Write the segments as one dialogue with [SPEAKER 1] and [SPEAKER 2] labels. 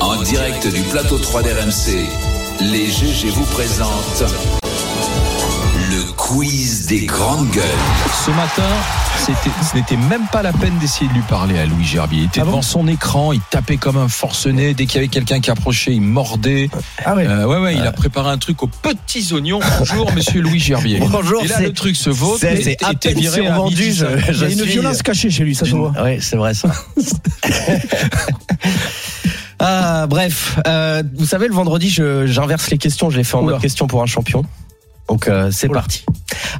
[SPEAKER 1] En direct du plateau 3 d'RMC, les GG vous présentent le quiz des grandes gueules.
[SPEAKER 2] Ce matin, c'était- ce n'était même pas la peine d'essayer de lui parler à Louis Gerbier. Il était
[SPEAKER 3] Ah bon
[SPEAKER 2] devant son écran, il tapait comme un forcené. Dès qu'il y avait quelqu'un qui approchait, il mordait.
[SPEAKER 3] Ah ouais.
[SPEAKER 2] Euh, ouais, ouais, il a préparé un truc aux petits oignons. Bonjour, monsieur Louis Gerbier.
[SPEAKER 4] Bonjour,
[SPEAKER 2] Et là,
[SPEAKER 4] c'est-
[SPEAKER 2] le truc se vaut.
[SPEAKER 4] c'est- c'est à peine survendu, je-
[SPEAKER 3] Il y a une
[SPEAKER 4] suis,
[SPEAKER 3] violence
[SPEAKER 4] euh,
[SPEAKER 3] cachée chez lui, ça se voit.
[SPEAKER 4] Oui, c'est vrai ça. ah, bref, euh, vous savez, le vendredi, je- j'inverse les questions. Je les fais en
[SPEAKER 3] Oula.
[SPEAKER 4] mode question pour un champion. Donc, euh, c'est
[SPEAKER 3] Oula.
[SPEAKER 4] parti.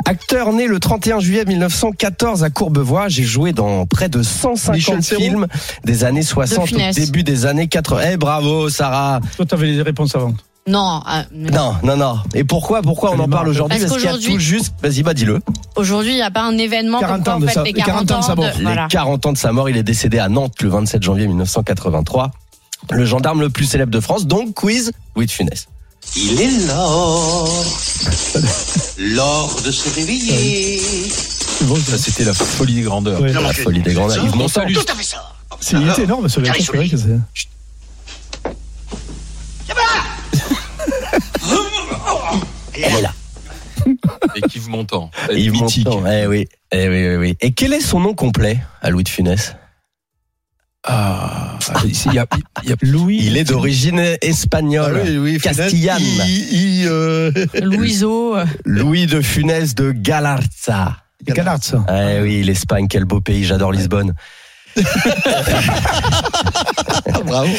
[SPEAKER 4] Acteur né le 31 juillet 1914 à Courbevoie, j'ai joué dans près de 150
[SPEAKER 3] Michel Serrault.
[SPEAKER 4] films des années 60 au
[SPEAKER 5] Funès.
[SPEAKER 4] début des années 80. Eh bravo Sarah.
[SPEAKER 3] Toi, t'avais les réponses avant.
[SPEAKER 5] Non, euh,
[SPEAKER 4] Non, non, non. Et pourquoi pourquoi on en
[SPEAKER 3] Tellement.
[SPEAKER 4] parle aujourd'hui
[SPEAKER 5] Parce
[SPEAKER 4] Parce qu'il y a
[SPEAKER 5] qu'aujourd'hui-
[SPEAKER 4] tout juste, vas-y, bah dis-le.
[SPEAKER 5] aujourd'hui, il n'y a pas un événement
[SPEAKER 3] 40
[SPEAKER 5] comme quoi
[SPEAKER 3] ans
[SPEAKER 5] on
[SPEAKER 3] de
[SPEAKER 5] fête
[SPEAKER 3] sa-
[SPEAKER 5] les 40 ans de
[SPEAKER 3] sa mort.
[SPEAKER 4] Les
[SPEAKER 5] Voilà.
[SPEAKER 4] 40 ans de sa mort, il est décédé à Nantes le 27 janvier 1983. Le gendarme le plus célèbre de France, donc quiz Louis de Funès.
[SPEAKER 6] Il est l'or, l'or de se
[SPEAKER 4] Ah
[SPEAKER 6] réveiller.
[SPEAKER 2] Ça, c'était la folie des grandeurs.
[SPEAKER 3] Ouais.
[SPEAKER 4] La folie des grands Yves Montand.
[SPEAKER 2] Salut.
[SPEAKER 6] à fait ça.
[SPEAKER 3] C'est, il était énorme, ce
[SPEAKER 6] Allez,
[SPEAKER 3] réponse. C'est vrai que c'est-
[SPEAKER 4] Elle est là.
[SPEAKER 2] Et Yves Montand.
[SPEAKER 4] Yves
[SPEAKER 2] mythique.
[SPEAKER 4] Montand. Eh oui. Eh oui, oui, oui. Et quel est son nom complet à Louis de Funès
[SPEAKER 2] Ah, il y a, il y a-
[SPEAKER 3] Louis.
[SPEAKER 4] Il est d'origine espagnole. Castillane.
[SPEAKER 5] Louiseau, euh,
[SPEAKER 4] Louis de Funès de Galarza.
[SPEAKER 3] C'est Galard, ça.
[SPEAKER 4] Eh oui, l'Espagne, quel beau pays, j'adore Lisbonne. Bravo.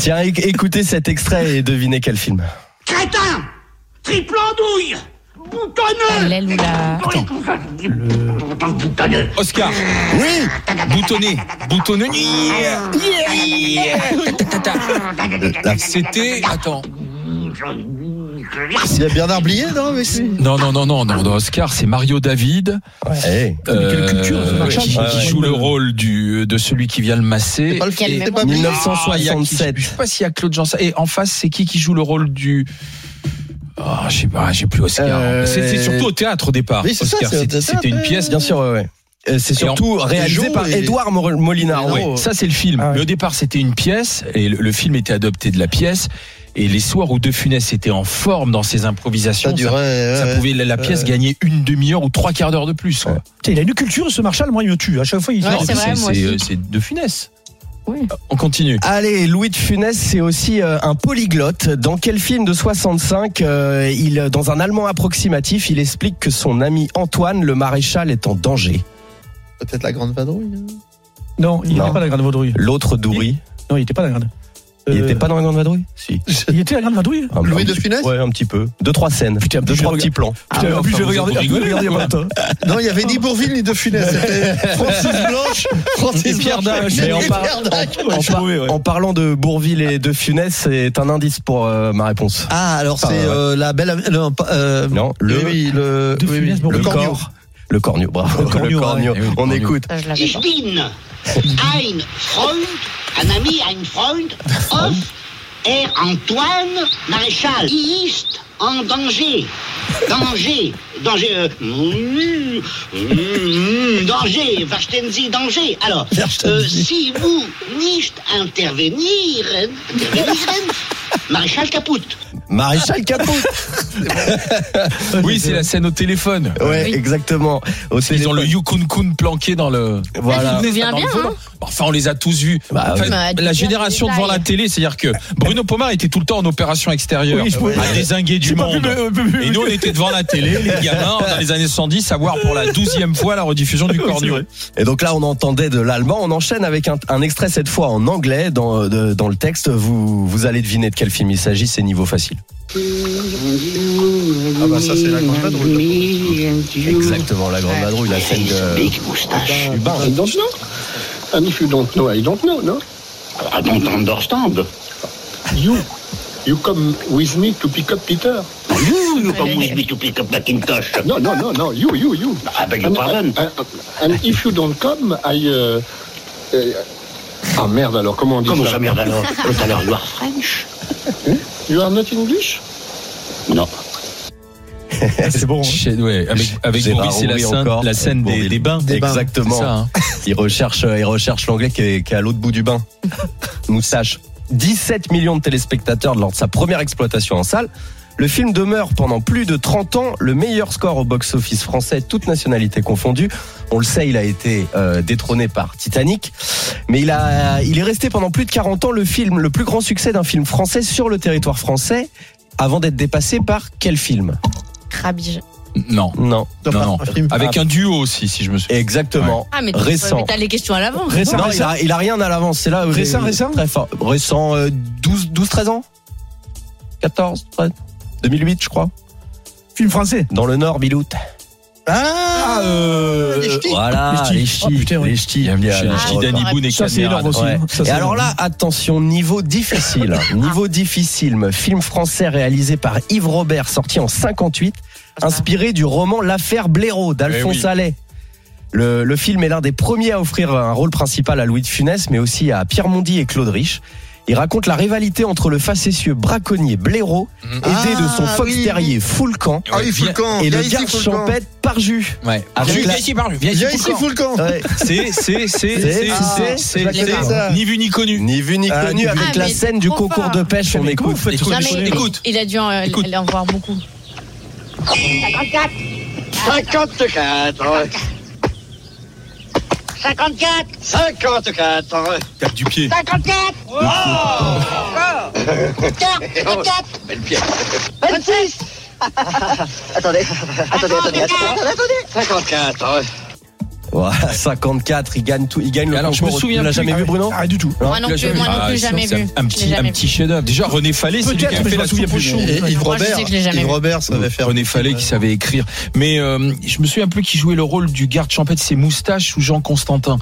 [SPEAKER 4] Tiens, éc- écoutez cet extrait et devinez quel film.
[SPEAKER 6] Crétin, triple andouille, boutonneux.
[SPEAKER 5] l'aile ou la.
[SPEAKER 6] Boutonneux.
[SPEAKER 2] Oscar.
[SPEAKER 4] Oui
[SPEAKER 2] Boutonné. Boutonné. Ta, ta, ta. C'était. Attends.
[SPEAKER 6] C'était.
[SPEAKER 4] Il y a Bernard Blier, non mais c'est...
[SPEAKER 2] Non, non, non, non, non. non, Oscar, c'est Mario David.
[SPEAKER 4] Eh,
[SPEAKER 3] Ah,
[SPEAKER 4] Euh,
[SPEAKER 2] euh,
[SPEAKER 3] Mais quelle culture, ce machin.
[SPEAKER 2] qui, qui
[SPEAKER 3] Ouais, ouais.
[SPEAKER 2] joue le rôle du, de celui qui vient le masser.
[SPEAKER 5] Quel
[SPEAKER 2] Et-
[SPEAKER 5] mec bon.
[SPEAKER 2] Ah, il y a qui- je
[SPEAKER 4] 1967.
[SPEAKER 2] sais pas s'il y a Claude Janssen. Et en face, c'est qui qui joue le rôle du. Ah, je sais pas, j'ai plus Oscar.
[SPEAKER 4] Euh,
[SPEAKER 2] C'est c'est surtout au théâtre au départ.
[SPEAKER 7] Oui, c'est ça,
[SPEAKER 2] Ah, Oscar,
[SPEAKER 7] c'est au
[SPEAKER 2] c'était
[SPEAKER 7] théâtre,
[SPEAKER 2] c'était une
[SPEAKER 7] ouais.
[SPEAKER 2] pièce.
[SPEAKER 4] Bien sûr, ouais, ouais. Euh, c'est
[SPEAKER 2] Et en-
[SPEAKER 4] surtout réalisé
[SPEAKER 7] Joe
[SPEAKER 4] par
[SPEAKER 7] et-
[SPEAKER 4] Édouard Mor- Molinaro.
[SPEAKER 2] Ouais,
[SPEAKER 4] Ouais.
[SPEAKER 2] ça c'est le film.
[SPEAKER 3] Ah ouais.
[SPEAKER 2] Mais au départ c'était une pièce et le, le film était adopté de la pièce. Et les soirs où De Funès était en forme dans ses improvisations,
[SPEAKER 7] Ça
[SPEAKER 2] ça,
[SPEAKER 7] durait.
[SPEAKER 2] ça
[SPEAKER 7] ouais,
[SPEAKER 2] pouvait la, la pièce gagner une demi-heure ou trois quarts d'heure de plus. quoi.
[SPEAKER 3] Putain, il a une culture, ce Marshall, moi, il me tue. À chaque fois, il
[SPEAKER 5] Ouais,
[SPEAKER 3] sort.
[SPEAKER 2] Non,
[SPEAKER 5] c'est
[SPEAKER 2] mais
[SPEAKER 5] vrai, moi aussi.
[SPEAKER 2] euh, c'est De Funès.
[SPEAKER 5] Oui.
[SPEAKER 2] On continue.
[SPEAKER 4] Allez, Louis de Funès, c'est aussi euh, un polyglotte. Dans quel film de 65, euh, il, euh, dans un allemand approximatif, il explique que son ami Antoine, le maréchal, est en danger.
[SPEAKER 7] Peut-être la grande vadrouille.
[SPEAKER 3] Non, il
[SPEAKER 4] Non.
[SPEAKER 3] n'était pas la grande vadrouille.
[SPEAKER 4] L'autre dourit.
[SPEAKER 3] Non, il n'était pas la grande.
[SPEAKER 4] Il
[SPEAKER 3] Euh,
[SPEAKER 4] était pas dans la grande vadrouille Si.
[SPEAKER 3] Il était la grande vadrouille
[SPEAKER 4] Un- un
[SPEAKER 7] Louis de
[SPEAKER 4] petit-
[SPEAKER 7] Funès
[SPEAKER 4] Ouais, un petit peu. Deux, trois scènes.
[SPEAKER 3] Putain,
[SPEAKER 4] Deux,
[SPEAKER 3] je
[SPEAKER 4] trois
[SPEAKER 3] regarde-
[SPEAKER 4] petits plans.
[SPEAKER 3] Putain, en
[SPEAKER 2] ouais, enfin,
[SPEAKER 3] plus, j'ai
[SPEAKER 2] vous
[SPEAKER 3] regardé
[SPEAKER 2] Ah, en
[SPEAKER 3] en plus, j'ai
[SPEAKER 2] rigolez, hein.
[SPEAKER 3] regardé il y a pas longtemps.
[SPEAKER 7] Non, il y avait ni Bourville ni de Funès. C'était Francis Blanche, Francis
[SPEAKER 2] Et Pierre
[SPEAKER 7] Blanche,
[SPEAKER 2] Dac.
[SPEAKER 7] et
[SPEAKER 4] Mais en par-
[SPEAKER 7] Pierre Dac.
[SPEAKER 4] En, par- en parlant de Bourville et de Funès, c'est un indice pour euh, ma réponse.
[SPEAKER 7] Ah, alors c'est
[SPEAKER 4] Ah, ouais.
[SPEAKER 7] euh, la belle. euh, non, pas, euh,
[SPEAKER 4] Non, le,
[SPEAKER 7] oui, oui, le.
[SPEAKER 3] De
[SPEAKER 7] oui,
[SPEAKER 3] Funès,
[SPEAKER 7] oui,
[SPEAKER 3] bon,
[SPEAKER 7] le
[SPEAKER 3] le
[SPEAKER 7] corneau.
[SPEAKER 4] corps. Le corneau, bravo.
[SPEAKER 3] Le corneau,
[SPEAKER 2] ouais. Eh oui, le
[SPEAKER 4] On
[SPEAKER 2] corneau.
[SPEAKER 4] écoute.
[SPEAKER 5] Ça, je l'avais
[SPEAKER 6] Ich
[SPEAKER 5] pas.
[SPEAKER 6] bin ein Freund, un ami, ein Freund, of Herr Antoine Maréchal. Il ist en danger. Danger. Danger. euh, mm, mm, danger. Verstehen Sie, danger. Alors,
[SPEAKER 7] Verstehen
[SPEAKER 6] euh,
[SPEAKER 7] Sie.
[SPEAKER 6] si vous nicht intervenieren, intervenieren, Maréchal Caput.
[SPEAKER 4] Maréchal Capot.
[SPEAKER 2] Oui, c'est la scène au téléphone.
[SPEAKER 4] Ouais, exactement. Au
[SPEAKER 2] Ils ont le
[SPEAKER 4] téléphone.
[SPEAKER 2] Yukon Kun planqué dans le.
[SPEAKER 4] Voilà.
[SPEAKER 5] Ah, je me souviens
[SPEAKER 2] Dans le
[SPEAKER 5] bien,
[SPEAKER 2] volant. Bah,
[SPEAKER 5] hein.
[SPEAKER 2] Enfin, on les a tous vus.
[SPEAKER 4] Bah,
[SPEAKER 2] En fait,
[SPEAKER 4] oui.
[SPEAKER 5] Mais,
[SPEAKER 2] la
[SPEAKER 5] dis-moi
[SPEAKER 2] génération
[SPEAKER 5] les
[SPEAKER 2] devant la
[SPEAKER 5] détails.
[SPEAKER 2] télé, c'est-à-dire que Bruno Pomar était tout le temps en opération extérieure,
[SPEAKER 3] Oui, je pouvais-
[SPEAKER 2] à désinguer du
[SPEAKER 3] J'ai pas euh, pu
[SPEAKER 2] monde.
[SPEAKER 3] me- me- me-
[SPEAKER 2] Et nous, on était devant la télé, les gamins, dans les années 110, à voir pour la douzième fois la rediffusion du
[SPEAKER 3] Oui, c'est
[SPEAKER 2] Cornu.
[SPEAKER 3] vrai.
[SPEAKER 4] Et donc là, on entendait de l'allemand. On enchaîne avec un, un extrait cette fois en anglais dans, euh, de- dans le texte. Vous, vous allez deviner de quel film il s'agit. C'est niveau facile.
[SPEAKER 7] Ah, bah ça, c'est la grande vadrouille.
[SPEAKER 4] Exactement, la grande vadrouille, la scène de
[SPEAKER 6] Big moustache.
[SPEAKER 4] Hubin.
[SPEAKER 8] I don't know. And if you don't know, I don't know, no?
[SPEAKER 6] I don't understand.
[SPEAKER 8] You, you come with me to pick up Peter.
[SPEAKER 6] You, you come with me to pick up Macintosh.
[SPEAKER 8] No, no, no, no. You, you, you.
[SPEAKER 6] I Ah, beg your
[SPEAKER 8] And-
[SPEAKER 6] pardon.
[SPEAKER 8] And, and if you don't come, I... euh, euh, ah merde alors, comment on dit
[SPEAKER 6] Comment
[SPEAKER 8] ça
[SPEAKER 6] ça merde alors Tout à l'heure, you are French
[SPEAKER 8] You are not English
[SPEAKER 6] Non.
[SPEAKER 3] C'est bon. hein.
[SPEAKER 2] Chez- ouais, avec avec
[SPEAKER 4] Gérard
[SPEAKER 2] Bourvil, c'est la
[SPEAKER 4] Rouy
[SPEAKER 2] scène,
[SPEAKER 4] encore.
[SPEAKER 2] la scène des,
[SPEAKER 4] Bourvil.
[SPEAKER 2] des bains.
[SPEAKER 7] Des bains.
[SPEAKER 2] C'est
[SPEAKER 4] Exactement.
[SPEAKER 2] ça, hein.
[SPEAKER 4] Il recherche, il recherche l'anglais qui est, qui est à l'autre bout du bain. Moustache. 17 millions de téléspectateurs lors de sa première exploitation en salle. Le film demeure pendant plus de 30 ans le meilleur score au box-office français, toutes nationalités confondues. On le sait, il a été euh, détrôné par Titanic, mais il, a, il est resté pendant plus de 40 ans le film, le plus grand succès d'un film français sur le territoire français, avant d'être dépassé par quel film
[SPEAKER 5] Rabige.
[SPEAKER 2] Non.
[SPEAKER 4] Non.
[SPEAKER 2] Non, non.
[SPEAKER 7] Un film.
[SPEAKER 2] Avec un duo aussi, si je me souviens.
[SPEAKER 4] Exactement.
[SPEAKER 5] Ah, mais tu-
[SPEAKER 4] récent.
[SPEAKER 5] mais t'as les questions à l'avant.
[SPEAKER 4] Récent,
[SPEAKER 3] Non,
[SPEAKER 4] il, a, il a rien à l'avance, c'est là. où
[SPEAKER 3] Récent,
[SPEAKER 4] j'ai-
[SPEAKER 3] récent
[SPEAKER 4] Très fort. Récent, euh, 12, 12, 13 ans 14, 13, 2008, je crois.
[SPEAKER 3] Film français.
[SPEAKER 4] Dans le Nord, Bilout.
[SPEAKER 7] Ah, euh,
[SPEAKER 4] Les ch'tis. Voilà,
[SPEAKER 3] Les ch'tis.
[SPEAKER 4] les
[SPEAKER 3] Oh,
[SPEAKER 4] ch'tis.
[SPEAKER 3] putain, oui.
[SPEAKER 4] les ch'tis.
[SPEAKER 2] J'aime bien
[SPEAKER 4] Ah,
[SPEAKER 2] les
[SPEAKER 4] ouais.
[SPEAKER 2] ch'tis d'Annie Boone et
[SPEAKER 3] Ça, c'est
[SPEAKER 2] Camérade.
[SPEAKER 3] énorme aussi.
[SPEAKER 4] Ouais.
[SPEAKER 3] Ça,
[SPEAKER 4] Et
[SPEAKER 3] c'est
[SPEAKER 4] alors
[SPEAKER 3] énorme.
[SPEAKER 4] là, attention, niveau difficile. niveau difficile, film français réalisé par Yves Robert, sorti en 58,
[SPEAKER 5] Ah,
[SPEAKER 4] inspiré du roman L'affaire Blaireau d'Alphonse
[SPEAKER 2] Eh oui.
[SPEAKER 4] Allais. Le, le film est l'un des premiers à offrir un rôle principal à Louis de Funès, mais aussi à Pierre Mondy et Claude Rich. Il raconte la rivalité entre le facétieux braconnier Blaireau,
[SPEAKER 2] Mhm.
[SPEAKER 4] aidé de son
[SPEAKER 7] Ah,
[SPEAKER 4] fox
[SPEAKER 7] oui.
[SPEAKER 4] terrier Foulcan,
[SPEAKER 7] Ah oui, Foulcan.
[SPEAKER 4] et
[SPEAKER 7] Viens
[SPEAKER 4] le
[SPEAKER 7] ici,
[SPEAKER 4] garde
[SPEAKER 7] Foulcan. Ah,
[SPEAKER 4] champêtre Parjus.
[SPEAKER 2] Ouais.
[SPEAKER 4] Avec
[SPEAKER 2] Viens
[SPEAKER 4] la-
[SPEAKER 2] ici, parle, viens ici,
[SPEAKER 7] Viens ici,
[SPEAKER 2] Foulcan.
[SPEAKER 7] Foulcan. Ah,
[SPEAKER 4] Ouais,
[SPEAKER 2] C'est, c'est, c'est, c'est,
[SPEAKER 4] c'est-
[SPEAKER 2] c'est, c'est,
[SPEAKER 4] c'est-
[SPEAKER 2] c'est, ni vu ni connu.
[SPEAKER 4] Ni vu ni
[SPEAKER 7] Ah,
[SPEAKER 4] connu
[SPEAKER 7] ni vu.
[SPEAKER 4] avec
[SPEAKER 5] Ah,
[SPEAKER 4] la
[SPEAKER 5] mais
[SPEAKER 4] scène du
[SPEAKER 5] trop
[SPEAKER 4] concours
[SPEAKER 5] fort.
[SPEAKER 4] de pêche, on
[SPEAKER 3] Mais comment
[SPEAKER 4] écoute.
[SPEAKER 3] vous faites
[SPEAKER 2] Écoute,
[SPEAKER 5] Non, mais
[SPEAKER 2] écoute.
[SPEAKER 5] il a dû en,
[SPEAKER 2] Écoute.
[SPEAKER 5] aller en voir beaucoup.
[SPEAKER 6] 54. 54. 54.
[SPEAKER 2] Tape du pied.
[SPEAKER 6] 54. Oh Encore. 54. 26. attendez, attendez, attendez, attendez, attendez. 54.
[SPEAKER 4] Voilà, 54, il gagne tout, il gagne le
[SPEAKER 2] Alors, je
[SPEAKER 4] concours.
[SPEAKER 2] me souviens
[SPEAKER 4] Tu l'as
[SPEAKER 2] plus.
[SPEAKER 4] jamais vu, Bruno
[SPEAKER 3] Ah, du tout.
[SPEAKER 5] Moi
[SPEAKER 2] Là,
[SPEAKER 5] non plus,
[SPEAKER 2] j'avais-
[SPEAKER 5] moi non
[SPEAKER 2] Ah,
[SPEAKER 5] plus,
[SPEAKER 2] c'est-
[SPEAKER 5] jamais
[SPEAKER 2] c'est
[SPEAKER 5] vu.
[SPEAKER 2] Un
[SPEAKER 5] Je l'ai
[SPEAKER 2] petit, un
[SPEAKER 5] jamais
[SPEAKER 2] petit
[SPEAKER 5] vu.
[SPEAKER 2] chef-d'œuvre. Déjà, René Fallet, c'est lui qui
[SPEAKER 3] Peut-être,
[SPEAKER 2] a
[SPEAKER 3] mais
[SPEAKER 2] fait
[SPEAKER 3] je
[SPEAKER 2] la
[SPEAKER 3] m'en souviens
[SPEAKER 2] soupe.
[SPEAKER 7] Et
[SPEAKER 3] plus.
[SPEAKER 7] Yves
[SPEAKER 5] Moi, je sais
[SPEAKER 7] Robert.
[SPEAKER 5] que je l'ai jamais
[SPEAKER 7] Yves
[SPEAKER 5] vu.
[SPEAKER 7] Robert savait faire.
[SPEAKER 2] René Fallet qui savait écrire. Mais euh, je me souviens plus qui jouait le rôle du garde champêtre, c'est Moustache ou Jean Constantin.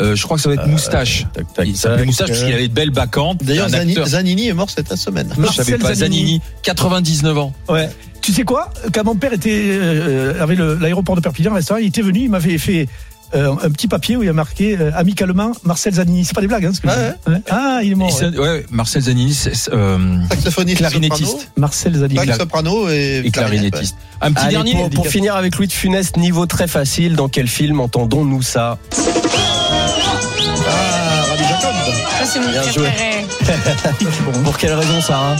[SPEAKER 2] Euh, je crois que ça va être Moustache.
[SPEAKER 4] Tac, tac,
[SPEAKER 2] Il s'appelait
[SPEAKER 4] tac.
[SPEAKER 2] Moustache parce qu'il avait de belles bacchantes.
[SPEAKER 7] D'ailleurs,
[SPEAKER 2] un
[SPEAKER 7] Zani-
[SPEAKER 2] acteur.
[SPEAKER 7] Zanini est mort cette semaine.
[SPEAKER 2] Je savais
[SPEAKER 3] Marcel
[SPEAKER 2] pas,
[SPEAKER 3] Zanini.
[SPEAKER 2] Zanini, 99 ans.
[SPEAKER 3] Ouais. Tu sais quoi Quand mon père était euh, avait le- l'aéroport de Perpignan, le restaurant, il était venu, il m'avait fait euh, un petit papier où il y a marqué euh, amicalement Marcel Zanini. C'est pas des blagues, hein, ce que
[SPEAKER 7] Ah
[SPEAKER 3] je dis. Ouais. Ah, il est mort.
[SPEAKER 2] Et ça-
[SPEAKER 3] ouais.
[SPEAKER 2] ouais, ouais, Marcel Zanini, c'est, euh,
[SPEAKER 7] Saxophoniste,
[SPEAKER 2] clarinettiste
[SPEAKER 3] Marcel Zanini.
[SPEAKER 7] Sax soprano et,
[SPEAKER 2] et clarinettiste. Un petit
[SPEAKER 4] Allez,
[SPEAKER 2] dernier.
[SPEAKER 4] pour, pour finir avec Louis de Funès, niveau très facile, dans quel film entendons-nous ça
[SPEAKER 7] Ah, Rabbi Jacob.
[SPEAKER 5] Ça, c'est mon
[SPEAKER 4] Bien joué.
[SPEAKER 5] préféré.
[SPEAKER 4] Pour quelle raison, Sarah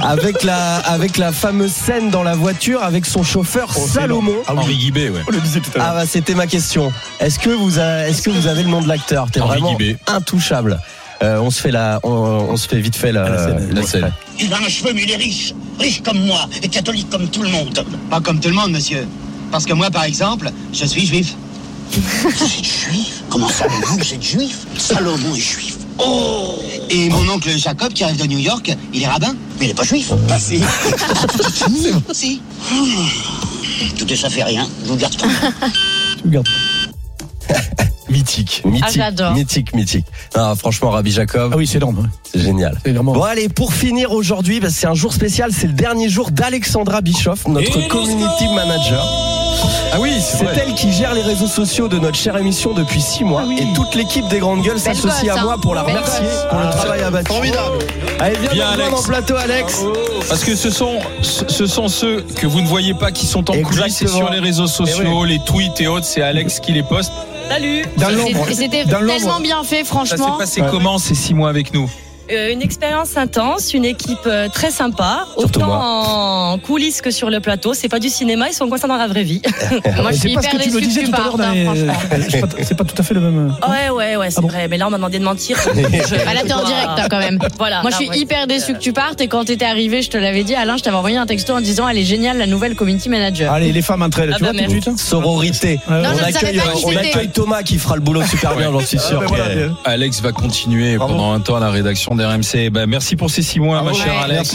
[SPEAKER 4] Avec la avec la fameuse scène dans la voiture avec son chauffeur
[SPEAKER 2] Oh,
[SPEAKER 4] Salomon.
[SPEAKER 2] Henri Guibé, ouais.
[SPEAKER 3] On Ah Oh, le disait tout à
[SPEAKER 4] Ah bah c'était ma question. Est-ce que vous a- est-ce que vous avez le nom de l'acteur T'es
[SPEAKER 2] Henri
[SPEAKER 4] vraiment
[SPEAKER 2] Guibé.
[SPEAKER 4] intouchable. Euh, on se fait la on, on se fait vite fait la,
[SPEAKER 2] scène. Ah, La scène.
[SPEAKER 6] Il a un cheveu, mais il est riche. Riche comme moi et catholique comme tout le monde. Pas comme tout le monde, monsieur. Parce que moi, par exemple, je suis juif. Vous êtes juif Comment ça, vous êtes juif Salomon est juif. Oh Et mon oncle Jacob, qui arrive de New York, il est rabbin. Mais il n'est pas juif. Ah si. si. Tout ça fait rien. Je vous garde tout.
[SPEAKER 3] Tu regardes.
[SPEAKER 4] mythique,
[SPEAKER 5] Ah,
[SPEAKER 4] mythique,
[SPEAKER 5] j'adore.
[SPEAKER 4] mythique, mythique. Ah, franchement, Rabbi Jacob,
[SPEAKER 3] Ah oui, c'est énorme. ouais.
[SPEAKER 4] c'est génial.
[SPEAKER 3] C'est vraiment.
[SPEAKER 4] Bon allez, pour finir aujourd'hui, parce que c'est un jour spécial, c'est le dernier jour d'Alexandra Bischoff, notre community manager. Ah oui, c'est
[SPEAKER 2] vrai.
[SPEAKER 4] elle qui gère les réseaux sociaux de notre chère émission depuis six mois. Et toute l'équipe des Grandes Gueules
[SPEAKER 5] Ah Belle
[SPEAKER 4] s'associe
[SPEAKER 5] gosse,
[SPEAKER 4] à
[SPEAKER 5] hein.
[SPEAKER 4] moi pour la
[SPEAKER 5] Belle
[SPEAKER 4] remercier
[SPEAKER 5] gosse.
[SPEAKER 3] Ah,
[SPEAKER 4] pour le travail abattu.
[SPEAKER 7] Formidable.
[SPEAKER 4] Allez, viens,
[SPEAKER 2] Viens,
[SPEAKER 4] nous rejoindre
[SPEAKER 2] Alex.
[SPEAKER 4] en plateau, Alex.
[SPEAKER 2] Parce que ce sont, ce ce sont ceux que vous ne voyez pas qui sont en coulisses et
[SPEAKER 4] Exactement.
[SPEAKER 2] sur les réseaux
[SPEAKER 4] Eh
[SPEAKER 2] sociaux, les tweets et autres, c'est Alex qui les poste.
[SPEAKER 9] Salut
[SPEAKER 3] Dans
[SPEAKER 5] Et
[SPEAKER 3] l'ombre.
[SPEAKER 5] c'est- et C'était
[SPEAKER 3] Dans l'ombre.
[SPEAKER 5] tellement bien fait,
[SPEAKER 2] Ça s'est
[SPEAKER 5] franchement.
[SPEAKER 2] passé comment ces six mois avec nous
[SPEAKER 9] Euh, Une expérience intense, une équipe euh, très sympa,
[SPEAKER 4] Surtout
[SPEAKER 9] autant en coulisses que sur le plateau. C'est pas du cinéma, ils sont coincés dans la vraie vie.
[SPEAKER 5] Moi, je
[SPEAKER 3] C'est
[SPEAKER 5] suis
[SPEAKER 3] pas ce
[SPEAKER 5] hyper
[SPEAKER 3] que tu me
[SPEAKER 5] déçue
[SPEAKER 3] disais
[SPEAKER 5] que tu
[SPEAKER 3] tout à l'heure
[SPEAKER 5] partes,
[SPEAKER 3] dans
[SPEAKER 5] hein,
[SPEAKER 3] les-
[SPEAKER 5] franchement.
[SPEAKER 3] C'est pas- C'est pas tout à fait le même.
[SPEAKER 9] ouais, ouais, ouais, c'est
[SPEAKER 3] Ah bon
[SPEAKER 9] vrai. Mais là, on m'a demandé de mentir. Je-
[SPEAKER 5] Bah là, t'es en direct hein, quand même.
[SPEAKER 9] Voilà.
[SPEAKER 5] Moi, je
[SPEAKER 9] là,
[SPEAKER 5] suis
[SPEAKER 9] ouais.
[SPEAKER 5] hyper déçue que tu partes. Et quand t'étais arrivé, je te l'avais dit, Alain, je t'avais envoyé un texto en disant Elle est géniale, la nouvelle community manager.
[SPEAKER 3] Allez, les femmes entre elles,
[SPEAKER 9] Ah
[SPEAKER 3] tu
[SPEAKER 9] bah
[SPEAKER 3] vois, tout de
[SPEAKER 9] merde.
[SPEAKER 3] suite. hein.
[SPEAKER 4] Sororité.
[SPEAKER 3] Ouais, ouais.
[SPEAKER 5] Non,
[SPEAKER 4] on
[SPEAKER 5] je ne savais
[SPEAKER 4] accueille,
[SPEAKER 5] pas qui
[SPEAKER 4] on
[SPEAKER 5] c'était.
[SPEAKER 4] accueille Thomas qui fera le boulot super bien, j'en suis sûr.
[SPEAKER 3] ben voilà, bien.
[SPEAKER 2] Alex va continuer pendant un temps à la rédaction d'RMC. Ben, merci pour ces six mois, ma
[SPEAKER 3] Ah
[SPEAKER 5] ouais.
[SPEAKER 2] chère Alex.